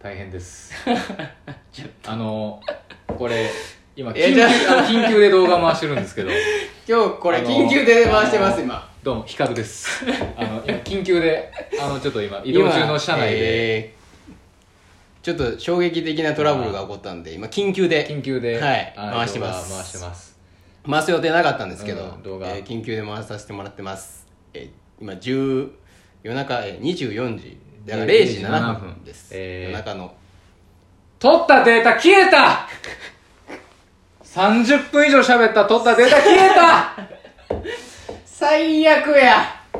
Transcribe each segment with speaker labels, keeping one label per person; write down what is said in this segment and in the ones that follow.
Speaker 1: 大変です
Speaker 2: ちょっと
Speaker 1: あのこれ今緊
Speaker 2: いや
Speaker 1: 急
Speaker 2: じゃあ
Speaker 1: あの緊急で動画回してるんですけど
Speaker 2: 今日これ
Speaker 1: あの
Speaker 2: 緊急で回してます今
Speaker 1: どうも比較ですあの今緊急であのちょっと今移動中の車内で、
Speaker 2: えーちょっと衝撃的なトラブルが起こったんで今緊急で
Speaker 1: 緊急で、
Speaker 2: はい
Speaker 1: あの
Speaker 2: 回してます
Speaker 1: 動画回してます
Speaker 2: 回す予定なかったんですけど、
Speaker 1: うん動画
Speaker 2: えー緊急で回させてもらってます、えー今10夜中、えー、24時だから0時7
Speaker 1: 7
Speaker 2: 分です、
Speaker 1: えー
Speaker 2: 夜中の
Speaker 1: 撮ったデータ消えた30分以上喋った撮ったデータ消えた
Speaker 2: 最悪や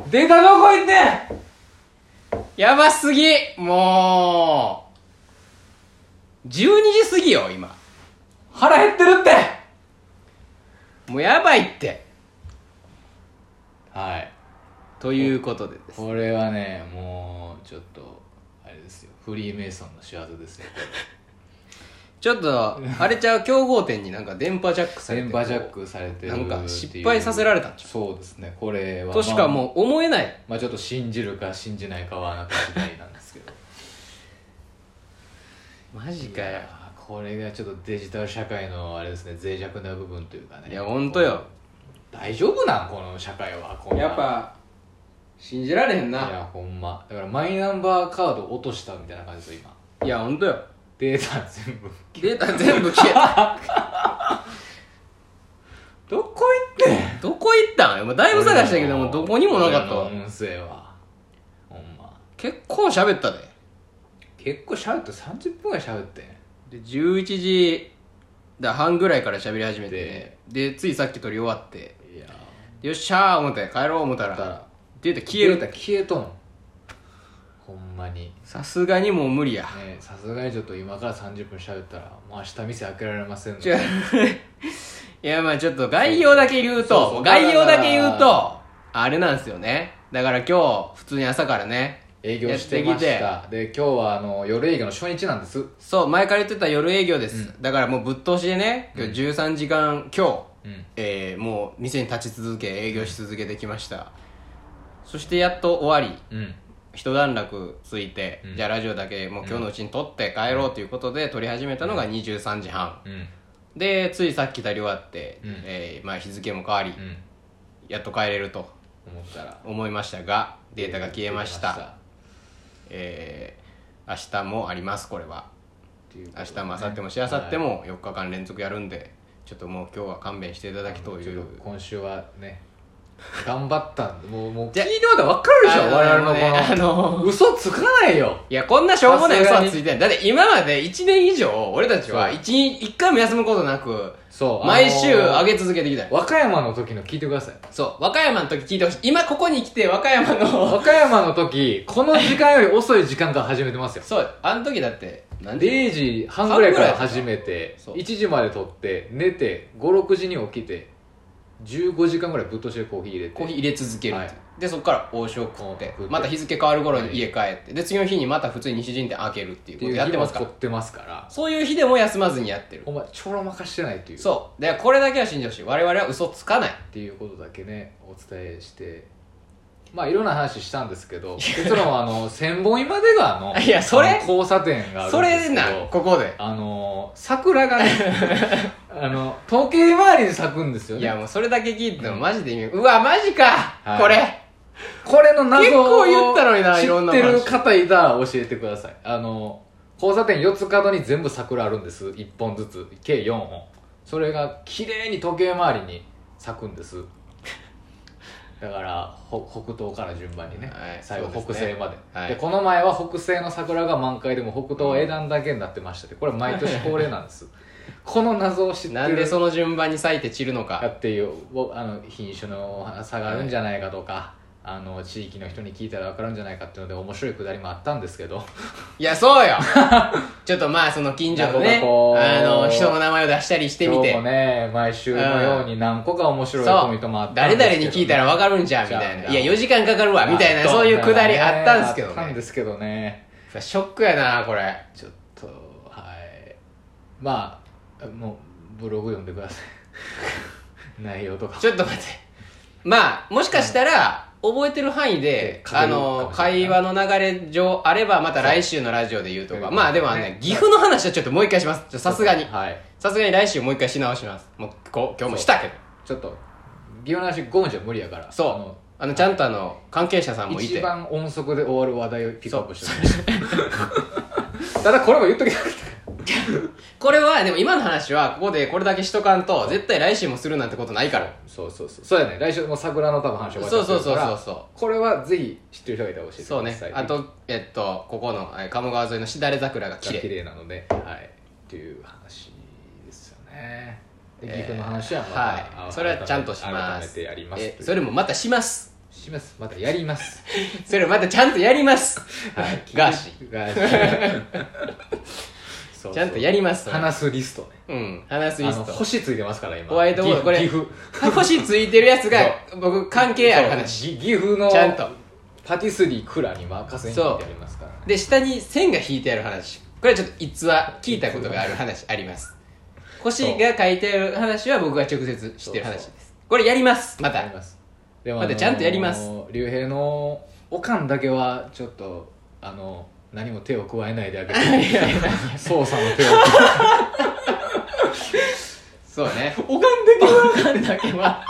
Speaker 1: データどこ行ってん
Speaker 2: やばすぎもう12時過ぎよ今
Speaker 1: 腹減ってるって
Speaker 2: もうやばいって
Speaker 1: はい
Speaker 2: ということでです
Speaker 1: これはねもうちょっとあれですよフリーメイソンの仕業ですよ
Speaker 2: ちょっとあれちゃう競合店になんか電波ジャックされて
Speaker 1: 電波ジャックされてる
Speaker 2: なんか失敗させられたんちゃ
Speaker 1: そうですねこれは
Speaker 2: としか
Speaker 1: う、
Speaker 2: もう思えない
Speaker 1: まあ、ちょっと信じるか信じないかはあなた次第なんですけ ど
Speaker 2: マジかよ
Speaker 1: あーこれがちょっとデジタル社会のあれですね脆弱な部分というかね
Speaker 2: いや本当よ
Speaker 1: 大丈夫なんこの社会はこんな
Speaker 2: やっぱ信じられへん
Speaker 1: い
Speaker 2: な
Speaker 1: やほんまだからマイナンバーカード落としたみたいな感じですよ今
Speaker 2: いや本当よ
Speaker 1: データ全 部
Speaker 2: データ全部消え た
Speaker 1: どこ行ってん
Speaker 2: どこ行ったんもうだいぶ探したけどもうどこにもなかったわ
Speaker 1: 俺の音声はほんま
Speaker 2: 結構喋ったで
Speaker 1: 結構喋って30分ぐらい喋ってん
Speaker 2: で11時だ半ぐらいから喋り始めてでついさっき撮り終わって
Speaker 1: いや
Speaker 2: よっしゃー思って帰ろう思ったら
Speaker 1: だから
Speaker 2: データ消え
Speaker 1: デー
Speaker 2: る
Speaker 1: タ消えとんほんまに
Speaker 2: さすがにもう無理や
Speaker 1: ねさすがにちょっと今から30分喋ったらもう明日店開けられませんの
Speaker 2: 違 ういやまあちょっと概要だけ言うと
Speaker 1: そうそう
Speaker 2: 概要だけ言う
Speaker 1: だ
Speaker 2: と
Speaker 1: か
Speaker 2: あれなんですよねだから今日普通に朝からね
Speaker 1: 営業してまし
Speaker 2: や
Speaker 1: たで今日はあの夜営業の初日なんです
Speaker 2: そう前から言ってた夜営業です、だからもうぶっ通しでね今日13時間、今
Speaker 1: う
Speaker 2: 日、
Speaker 1: ん
Speaker 2: えーもう店に立ち続け営業し続けてきましたそしてやっと終わり
Speaker 1: うん
Speaker 2: 一段落ついて、
Speaker 1: うん
Speaker 2: じゃあラジオだけもう今日のうちに撮って帰ろうということで撮り始めたのが23時半
Speaker 1: うん
Speaker 2: でついさっき撮り終わって、
Speaker 1: うん
Speaker 2: えーまあ、日付も変わり、
Speaker 1: うん
Speaker 2: やっと帰れると
Speaker 1: 思ったら
Speaker 2: 思いましたがデータが消えました、
Speaker 1: 消え
Speaker 2: えー明日もありますこれは
Speaker 1: っていうこと
Speaker 2: 明日も明後日もし明後日も4日間連続やるんで、ちょっともう今日は勘弁していただきと
Speaker 1: ち
Speaker 2: い
Speaker 1: ょ
Speaker 2: う
Speaker 1: っと今週はね頑張ったんでもうもう
Speaker 2: じ
Speaker 1: 聞
Speaker 2: ゃ
Speaker 1: いてもらったら分かるでしょ我々のこの
Speaker 2: あのねあの
Speaker 1: 嘘つかないよ
Speaker 2: いやこんなしょうもな
Speaker 1: さす
Speaker 2: い嘘
Speaker 1: が
Speaker 2: は
Speaker 1: に
Speaker 2: ついてないだって今まで1年以上俺たちは
Speaker 1: そう
Speaker 2: 1, 一回も休むことなく
Speaker 1: そう
Speaker 2: 毎週上げ
Speaker 1: て
Speaker 2: 続けてきたよ
Speaker 1: 和歌山の時の聞いてください
Speaker 2: そう和歌山の時聞いてほしい今ここに来て和歌山の
Speaker 1: 和歌山の時この時間より遅い時間から始めてますよ
Speaker 2: そうあの時だって何で
Speaker 1: 0時半ぐらいから
Speaker 2: 半ぐらいです
Speaker 1: 始
Speaker 2: か
Speaker 1: めて
Speaker 2: そう
Speaker 1: 1時まで撮って寝て56時に起きて15時間ぐらいぶっ通しでコーヒー入れて
Speaker 2: コーヒー入れ続けるっていう、
Speaker 1: はい
Speaker 2: でそこから王将食って
Speaker 1: 食って
Speaker 2: また日付変わる頃に家帰ってで次の日にまた普通に西陣店開けるっていう
Speaker 1: って
Speaker 2: こ
Speaker 1: い
Speaker 2: と
Speaker 1: う
Speaker 2: やって
Speaker 1: 日
Speaker 2: ま
Speaker 1: も
Speaker 2: す
Speaker 1: 撮
Speaker 2: か
Speaker 1: っ
Speaker 2: ら
Speaker 1: てますから
Speaker 2: そういう日でも休まずにやってる
Speaker 1: お前ちょろまかしてないという
Speaker 2: そうでこれだけは信じてほしい我々は嘘つかない
Speaker 1: っていうことだけねお伝えしてまあいろんな話したんですけど結論はあの千本今出川の
Speaker 2: いやそれ
Speaker 1: あの交差点がある
Speaker 2: そ
Speaker 1: んです
Speaker 2: れ
Speaker 1: けど
Speaker 2: なここで
Speaker 1: あの桜 がねあの時計回りに咲くんですよ
Speaker 2: い
Speaker 1: ね
Speaker 2: やもうそれだけ聞いてもマジで意味うわマジか、
Speaker 1: はい
Speaker 2: これ
Speaker 1: これの謎
Speaker 2: 結構言ったのにな
Speaker 1: 知
Speaker 2: いろん
Speaker 1: っ
Speaker 2: な
Speaker 1: て
Speaker 2: 話
Speaker 1: る方いたら教えてくださいあの交差点四つ角に全部桜あるんです1本ずつ計4本それが綺麗に時計回りに咲くんですだからほ北東から順番にね、
Speaker 2: はい
Speaker 1: 最後、
Speaker 2: そうです
Speaker 1: 北
Speaker 2: ね
Speaker 1: 西まで,、
Speaker 2: はい
Speaker 1: でこの前は北西の桜が満開でも北東は枝だけになってましたでこれ毎年恒例なんです この謎を知って
Speaker 2: なん
Speaker 1: る
Speaker 2: でその順番に咲いて散るの
Speaker 1: か
Speaker 2: か
Speaker 1: っていうおあの品種の差があるんじゃないかとか、あの地域の人に聞いたら分かるんじゃないかっていうので面白いくだりもあったんですけど
Speaker 2: いやそう よちょっとまあその近所の
Speaker 1: なんか
Speaker 2: ね
Speaker 1: こう
Speaker 2: あの人の名前を出したりしてみ
Speaker 1: 今
Speaker 2: て
Speaker 1: 日もね 毎週のように何個か面白いコメントもあったん
Speaker 2: 誰
Speaker 1: ですけど、
Speaker 2: 々に聞いたら分かるんじゃんみたい
Speaker 1: じ
Speaker 2: な
Speaker 1: ゃあ
Speaker 2: いや4時間かかるわみたいなそういうくだりあったんですけど
Speaker 1: あったん
Speaker 2: ね
Speaker 1: ですけどね
Speaker 2: ショックやなこれ
Speaker 1: ちょっとはいまあもうブログ読んで ください内容とか
Speaker 2: ちょっと待ってまあもしかしたら覚えてる範囲で
Speaker 1: え、え
Speaker 2: あの、
Speaker 1: 被
Speaker 2: 会
Speaker 1: るか
Speaker 2: 話の流れ上あれば、また来週のラジオで言うと
Speaker 1: そ
Speaker 2: か。
Speaker 1: う
Speaker 2: まあでも
Speaker 1: ね
Speaker 2: ね、岐阜の話はちょっともう一回します。ちょさすがに。
Speaker 1: はい
Speaker 2: さすがに来週もう一回し直します。もう、こう今日もしたけど。
Speaker 1: ちょっと議論の話5分じゃ無理やから
Speaker 2: そう。
Speaker 1: あ
Speaker 2: あ
Speaker 1: の
Speaker 2: の、ちゃんとあの、関係者さんもい
Speaker 1: 一
Speaker 2: て。
Speaker 1: 番音速で終わる話題をピックアップしてましたただこれも言っときたかっ
Speaker 2: これは、でも今の話は、ここでこれだけしとかんと、絶対来週もするなんてことないから。
Speaker 1: たそうそうそうそうやね来週もう桜の多分話終わっち
Speaker 2: そ
Speaker 1: ゃ
Speaker 2: う
Speaker 1: って
Speaker 2: そう
Speaker 1: る
Speaker 2: そう
Speaker 1: か
Speaker 2: そう
Speaker 1: ら
Speaker 2: そう。
Speaker 1: これはぜひ知ってる人がいたら教えてくださ
Speaker 2: そう
Speaker 1: い
Speaker 2: ね。あと、えっと、ここの、えー鴨川沿いのしだれ桜が綺
Speaker 1: 綺
Speaker 2: 麗。
Speaker 1: 麗なのではいっていう話ですよねで岐阜の話はまた、
Speaker 2: は
Speaker 1: あ
Speaker 2: い。それはちゃんとしま
Speaker 1: 改め
Speaker 2: す。
Speaker 1: てやりま
Speaker 2: え
Speaker 1: す
Speaker 2: それもまたします。
Speaker 1: しますまたやります
Speaker 2: それをまたちゃんとやります。
Speaker 1: はい
Speaker 2: ガーシ
Speaker 1: ーガーシーそうそう
Speaker 2: ちゃんとやります。それ
Speaker 1: 話すリストね
Speaker 2: うん。話す
Speaker 1: あ
Speaker 2: リ
Speaker 1: の
Speaker 2: スト。
Speaker 1: 星ついてますから今
Speaker 2: ホワイトボードこれ
Speaker 1: 岐阜
Speaker 2: 星ついてるやつが、僕、関係ある話。
Speaker 1: そうぎ岐阜の
Speaker 2: ちゃんと。
Speaker 1: パティスリー蔵に任せに書いてありますからね
Speaker 2: で、下に線が引いてある話。これはちょっと逸話、聞いたことがある話、あります。星が書いてある話は僕が直接知ってる話です。
Speaker 1: そう
Speaker 2: これやります。ま
Speaker 1: やり
Speaker 2: た。
Speaker 1: ますでも
Speaker 2: まだ
Speaker 1: あのー
Speaker 2: ちゃんとやります
Speaker 1: 竜兵のおかんだけはちょっとあの何も手を加えないであげて操作の手を
Speaker 2: そうね。
Speaker 1: おかんだけは
Speaker 2: おかんだけは、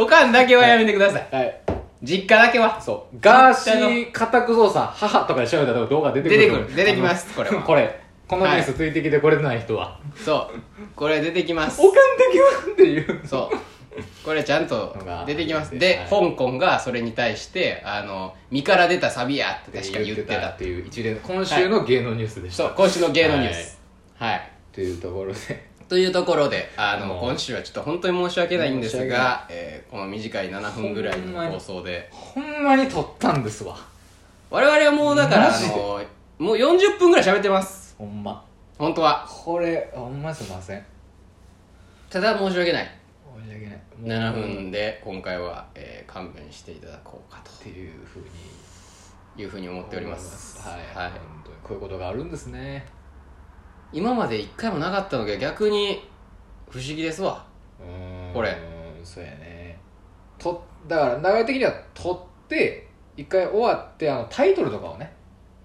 Speaker 2: おかんだけはやめてください。
Speaker 1: はい
Speaker 2: 実家だけは。
Speaker 1: そうガーシー家宅捜査母とかで調べたら動画出てくると思う
Speaker 2: 出てくる出てきます
Speaker 1: あの
Speaker 2: これは
Speaker 1: これこのニュースついてきてこれない人は、
Speaker 2: そう。これ出てきます
Speaker 1: お。かんだけはっていう
Speaker 2: そう。これちゃんと出てきます。で、
Speaker 1: はい
Speaker 2: 香港がそれに対して、あの、身から出たサビやって確かに言ってた。
Speaker 1: っていう一連の今週の芸能ニュースでした、
Speaker 2: そう、今週の芸能ニュース。はい
Speaker 1: というところで
Speaker 2: というところで、あの、
Speaker 1: もう
Speaker 2: 今週はちょっと本当に申し訳ないんで
Speaker 1: 申
Speaker 2: す
Speaker 1: し訳な
Speaker 2: が、えーこの短い7分ぐらい
Speaker 1: ほんま
Speaker 2: の
Speaker 1: に
Speaker 2: 放送で、
Speaker 1: ほんまに撮ったんですわ
Speaker 2: 我々はもうだから、
Speaker 1: マ
Speaker 2: あ
Speaker 1: ジで
Speaker 2: の、もう40分ぐらい喋ってます。
Speaker 1: ほんま
Speaker 2: 本当は。
Speaker 1: これほんますいません
Speaker 2: ただ申し訳ない。
Speaker 1: 申し訳ないもう
Speaker 2: 7
Speaker 1: っ
Speaker 2: 分で今回は、えー勘弁していただこうか
Speaker 1: ていうふうに
Speaker 2: というふうに思っております。
Speaker 1: はい、
Speaker 2: は
Speaker 1: 本
Speaker 2: い
Speaker 1: 当にこういうことがあるんですね
Speaker 2: 今まで一回もなかったのが逆に不思議ですわ。
Speaker 1: うーん
Speaker 2: これ
Speaker 1: そうやねとだから流れ的には撮って一回終わってあのタイトルとかをね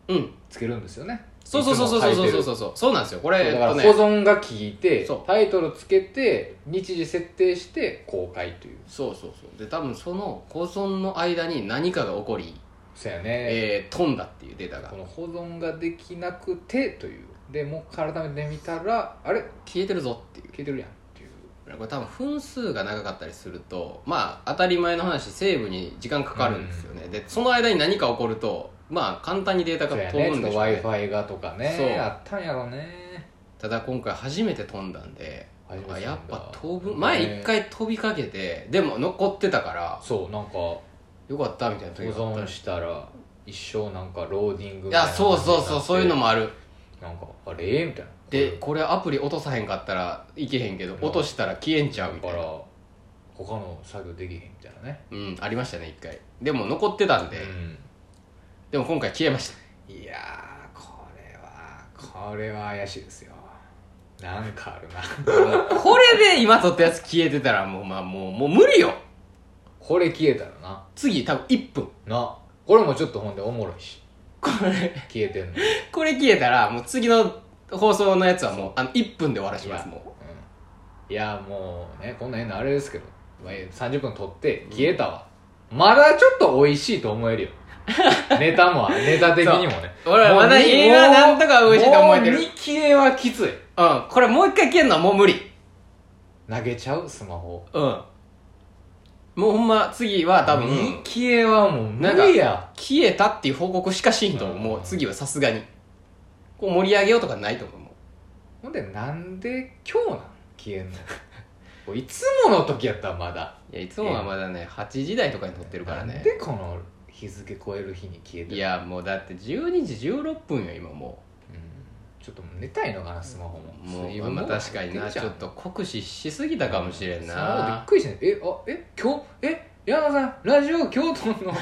Speaker 2: うん。
Speaker 1: つけるんですよね
Speaker 2: そうそうそうそう
Speaker 1: いつも書いて
Speaker 2: そう
Speaker 1: る
Speaker 2: そうそう。そうなんですよ。これ、
Speaker 1: そう
Speaker 2: えっ
Speaker 1: だから
Speaker 2: と
Speaker 1: 保
Speaker 2: ね。
Speaker 1: 存が効いて、
Speaker 2: そう
Speaker 1: タイトルつけて日時設定して公開という
Speaker 2: そうそうそう。で、多分その保存の間に何かが起こり、
Speaker 1: そうやね、
Speaker 2: えー、飛んだっていうデータが
Speaker 1: この保存ができなくてというでもう一回改めて見たらあれ
Speaker 2: 消えてるぞっていう
Speaker 1: 消えてるやんっていう
Speaker 2: これ多分分数が長かったりするとまあ当たり前の話セーブに時間かかるんですよね、でその間に何か起こるとまあ簡単にデータ
Speaker 1: そう
Speaker 2: が
Speaker 1: や
Speaker 2: 飛
Speaker 1: ね
Speaker 2: ぶ
Speaker 1: ちょっ
Speaker 2: んで
Speaker 1: と
Speaker 2: し
Speaker 1: w
Speaker 2: ょう
Speaker 1: i
Speaker 2: ね
Speaker 1: f i がとかね
Speaker 2: そう
Speaker 1: あったんやろね
Speaker 2: ただ今回初めて飛んだんで
Speaker 1: 初めて飛ん
Speaker 2: あ
Speaker 1: だ
Speaker 2: やっぱ飛ぶ前一回飛びかけてでも残ってたから
Speaker 1: そうなんか保
Speaker 2: よかったみたいな時があった
Speaker 1: 存
Speaker 2: り
Speaker 1: したら一生なんかローディング
Speaker 2: い
Speaker 1: みたい
Speaker 2: や
Speaker 1: な
Speaker 2: そうそうそうそういうのもある
Speaker 1: なんかあれみたいな
Speaker 2: でこれアプリ落とさへんかったらいけへんけど
Speaker 1: うん
Speaker 2: 落としたら消えんちゃ
Speaker 1: だ
Speaker 2: うみ
Speaker 1: か
Speaker 2: たい
Speaker 1: ら
Speaker 2: な
Speaker 1: 他の作業できへんみたいなね
Speaker 2: うんありましたね一回でも残ってたんで、でも今回消えました
Speaker 1: うんいやーこれはこれは怪しいですよなんかあるな
Speaker 2: これで今撮ったやつ消えてたらもう,、まあ、もうもう無理よ
Speaker 1: これ消えたらな
Speaker 2: 次多分1分
Speaker 1: なこれもちょっとほんでおもろいし
Speaker 2: これ
Speaker 1: 消えてんの、うん、
Speaker 2: これ消えたらもう次の放送のやつはもうあの1分で終わらしますも
Speaker 1: いやもうねこんなん言うのあれですけどまあええ30分撮って消えたわ、まだちょっと美味しいと思 えるよネタもネタ的にもね
Speaker 2: そう俺はまだ映画なんとか美味しいと思えてる
Speaker 1: もう2消えはきついう
Speaker 2: うんこれもう一回消えるのはもう無理
Speaker 1: 投げちゃうスマホ
Speaker 2: うんもうほんま次は多分
Speaker 1: 2消えはもう無理や
Speaker 2: 消えたっていう報告しかしんと思う
Speaker 1: うん
Speaker 2: もう次はさすがにこう盛り上げようとかないと思うも
Speaker 1: ほんでなんで今日なん消えんの これいつもの時やったらまだ
Speaker 2: ういやいつもはまだね8時台とかに撮ってるから
Speaker 1: なん
Speaker 2: ね
Speaker 1: でこの日付超える日に消えて
Speaker 2: い
Speaker 1: る
Speaker 2: やもうだって12時16分よ今もう
Speaker 1: うんちょっともう寝たいのかなスマホも
Speaker 2: も
Speaker 1: 水
Speaker 2: う
Speaker 1: 分
Speaker 2: まあ
Speaker 1: も
Speaker 2: 確かになちょっと酷使しすぎたかもしれん
Speaker 1: そうびっ
Speaker 2: な
Speaker 1: くりしてねえあえ今日え矢野さんラジオ京都の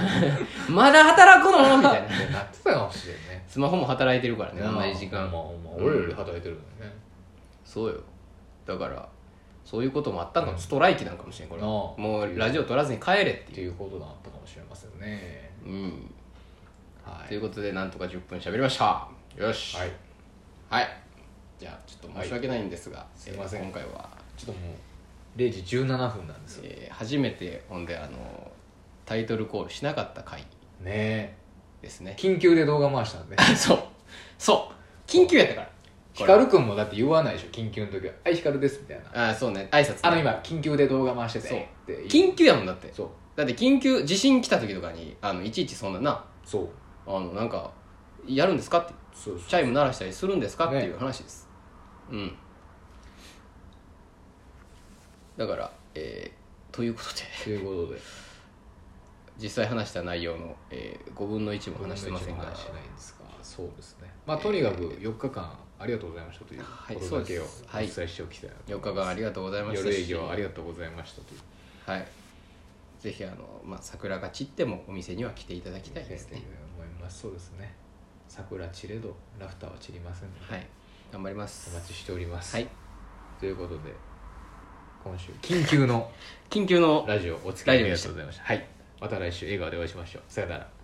Speaker 2: まだ働くのみたいな
Speaker 1: なってたかもしれんね
Speaker 2: スマホも働いてるからね同じ時
Speaker 1: まあ
Speaker 2: 間
Speaker 1: まあ俺より働いてるもんね
Speaker 2: そうよだからそういうこともあったんかもストライキなんかもしれんこれは
Speaker 1: ああ
Speaker 2: もうラジオ取らずに帰れって
Speaker 1: って
Speaker 2: いう、
Speaker 1: いうことだったかもしれませんね
Speaker 2: うん、
Speaker 1: は
Speaker 2: とい
Speaker 1: いう
Speaker 2: ことでなんとか10分喋りましたよし
Speaker 1: はい、
Speaker 2: はいじゃあちょっと申し訳ないんですが、
Speaker 1: すいません
Speaker 2: えー今回は、
Speaker 1: ちょっともう0時17分なんですよね
Speaker 2: えー初めてほんであのタイトルコールしなかった回
Speaker 1: え
Speaker 2: ですね
Speaker 1: 緊急で動画回したんで
Speaker 2: そうそう緊急やったから
Speaker 1: 光くんもだって言わないでしょ緊急の時は「はい光です」みたいな
Speaker 2: ああそうね挨拶ね
Speaker 1: あの今緊急で動画回してて
Speaker 2: そう
Speaker 1: って言
Speaker 2: 緊急やもんだって
Speaker 1: そう
Speaker 2: だって緊急地震来た時とかにあのいちいちそんなな
Speaker 1: そう
Speaker 2: あのなんかやるんですかって
Speaker 1: そう
Speaker 2: チャイム鳴らしたりするんですか、
Speaker 1: ね
Speaker 2: っていう話ですうんだからえーということで
Speaker 1: ということで
Speaker 2: 実際話した内容の、えー5分の1も話してませんが
Speaker 1: 話してないんですがそうですねまあとにかく4日間ありがとうございましたという
Speaker 2: はい
Speaker 1: ことだけをお
Speaker 2: そうですはい
Speaker 1: 伝えしておきたいなと
Speaker 2: 4日間ありがとうございました
Speaker 1: 夜営業ありがとうございましたという
Speaker 2: はいぜひあの、まあ、桜が散ってもお店には来ていただきたいですね
Speaker 1: 思いますそうですね桜散れどラフターは散りませんので、
Speaker 2: はい頑張りま
Speaker 1: お
Speaker 2: す
Speaker 1: 待ちしております、
Speaker 2: はい
Speaker 1: ということで今週緊急の
Speaker 2: 緊急の
Speaker 1: ラジオお付き合いありがとうございましたはいまた来週映画でお会いしましょうさよなら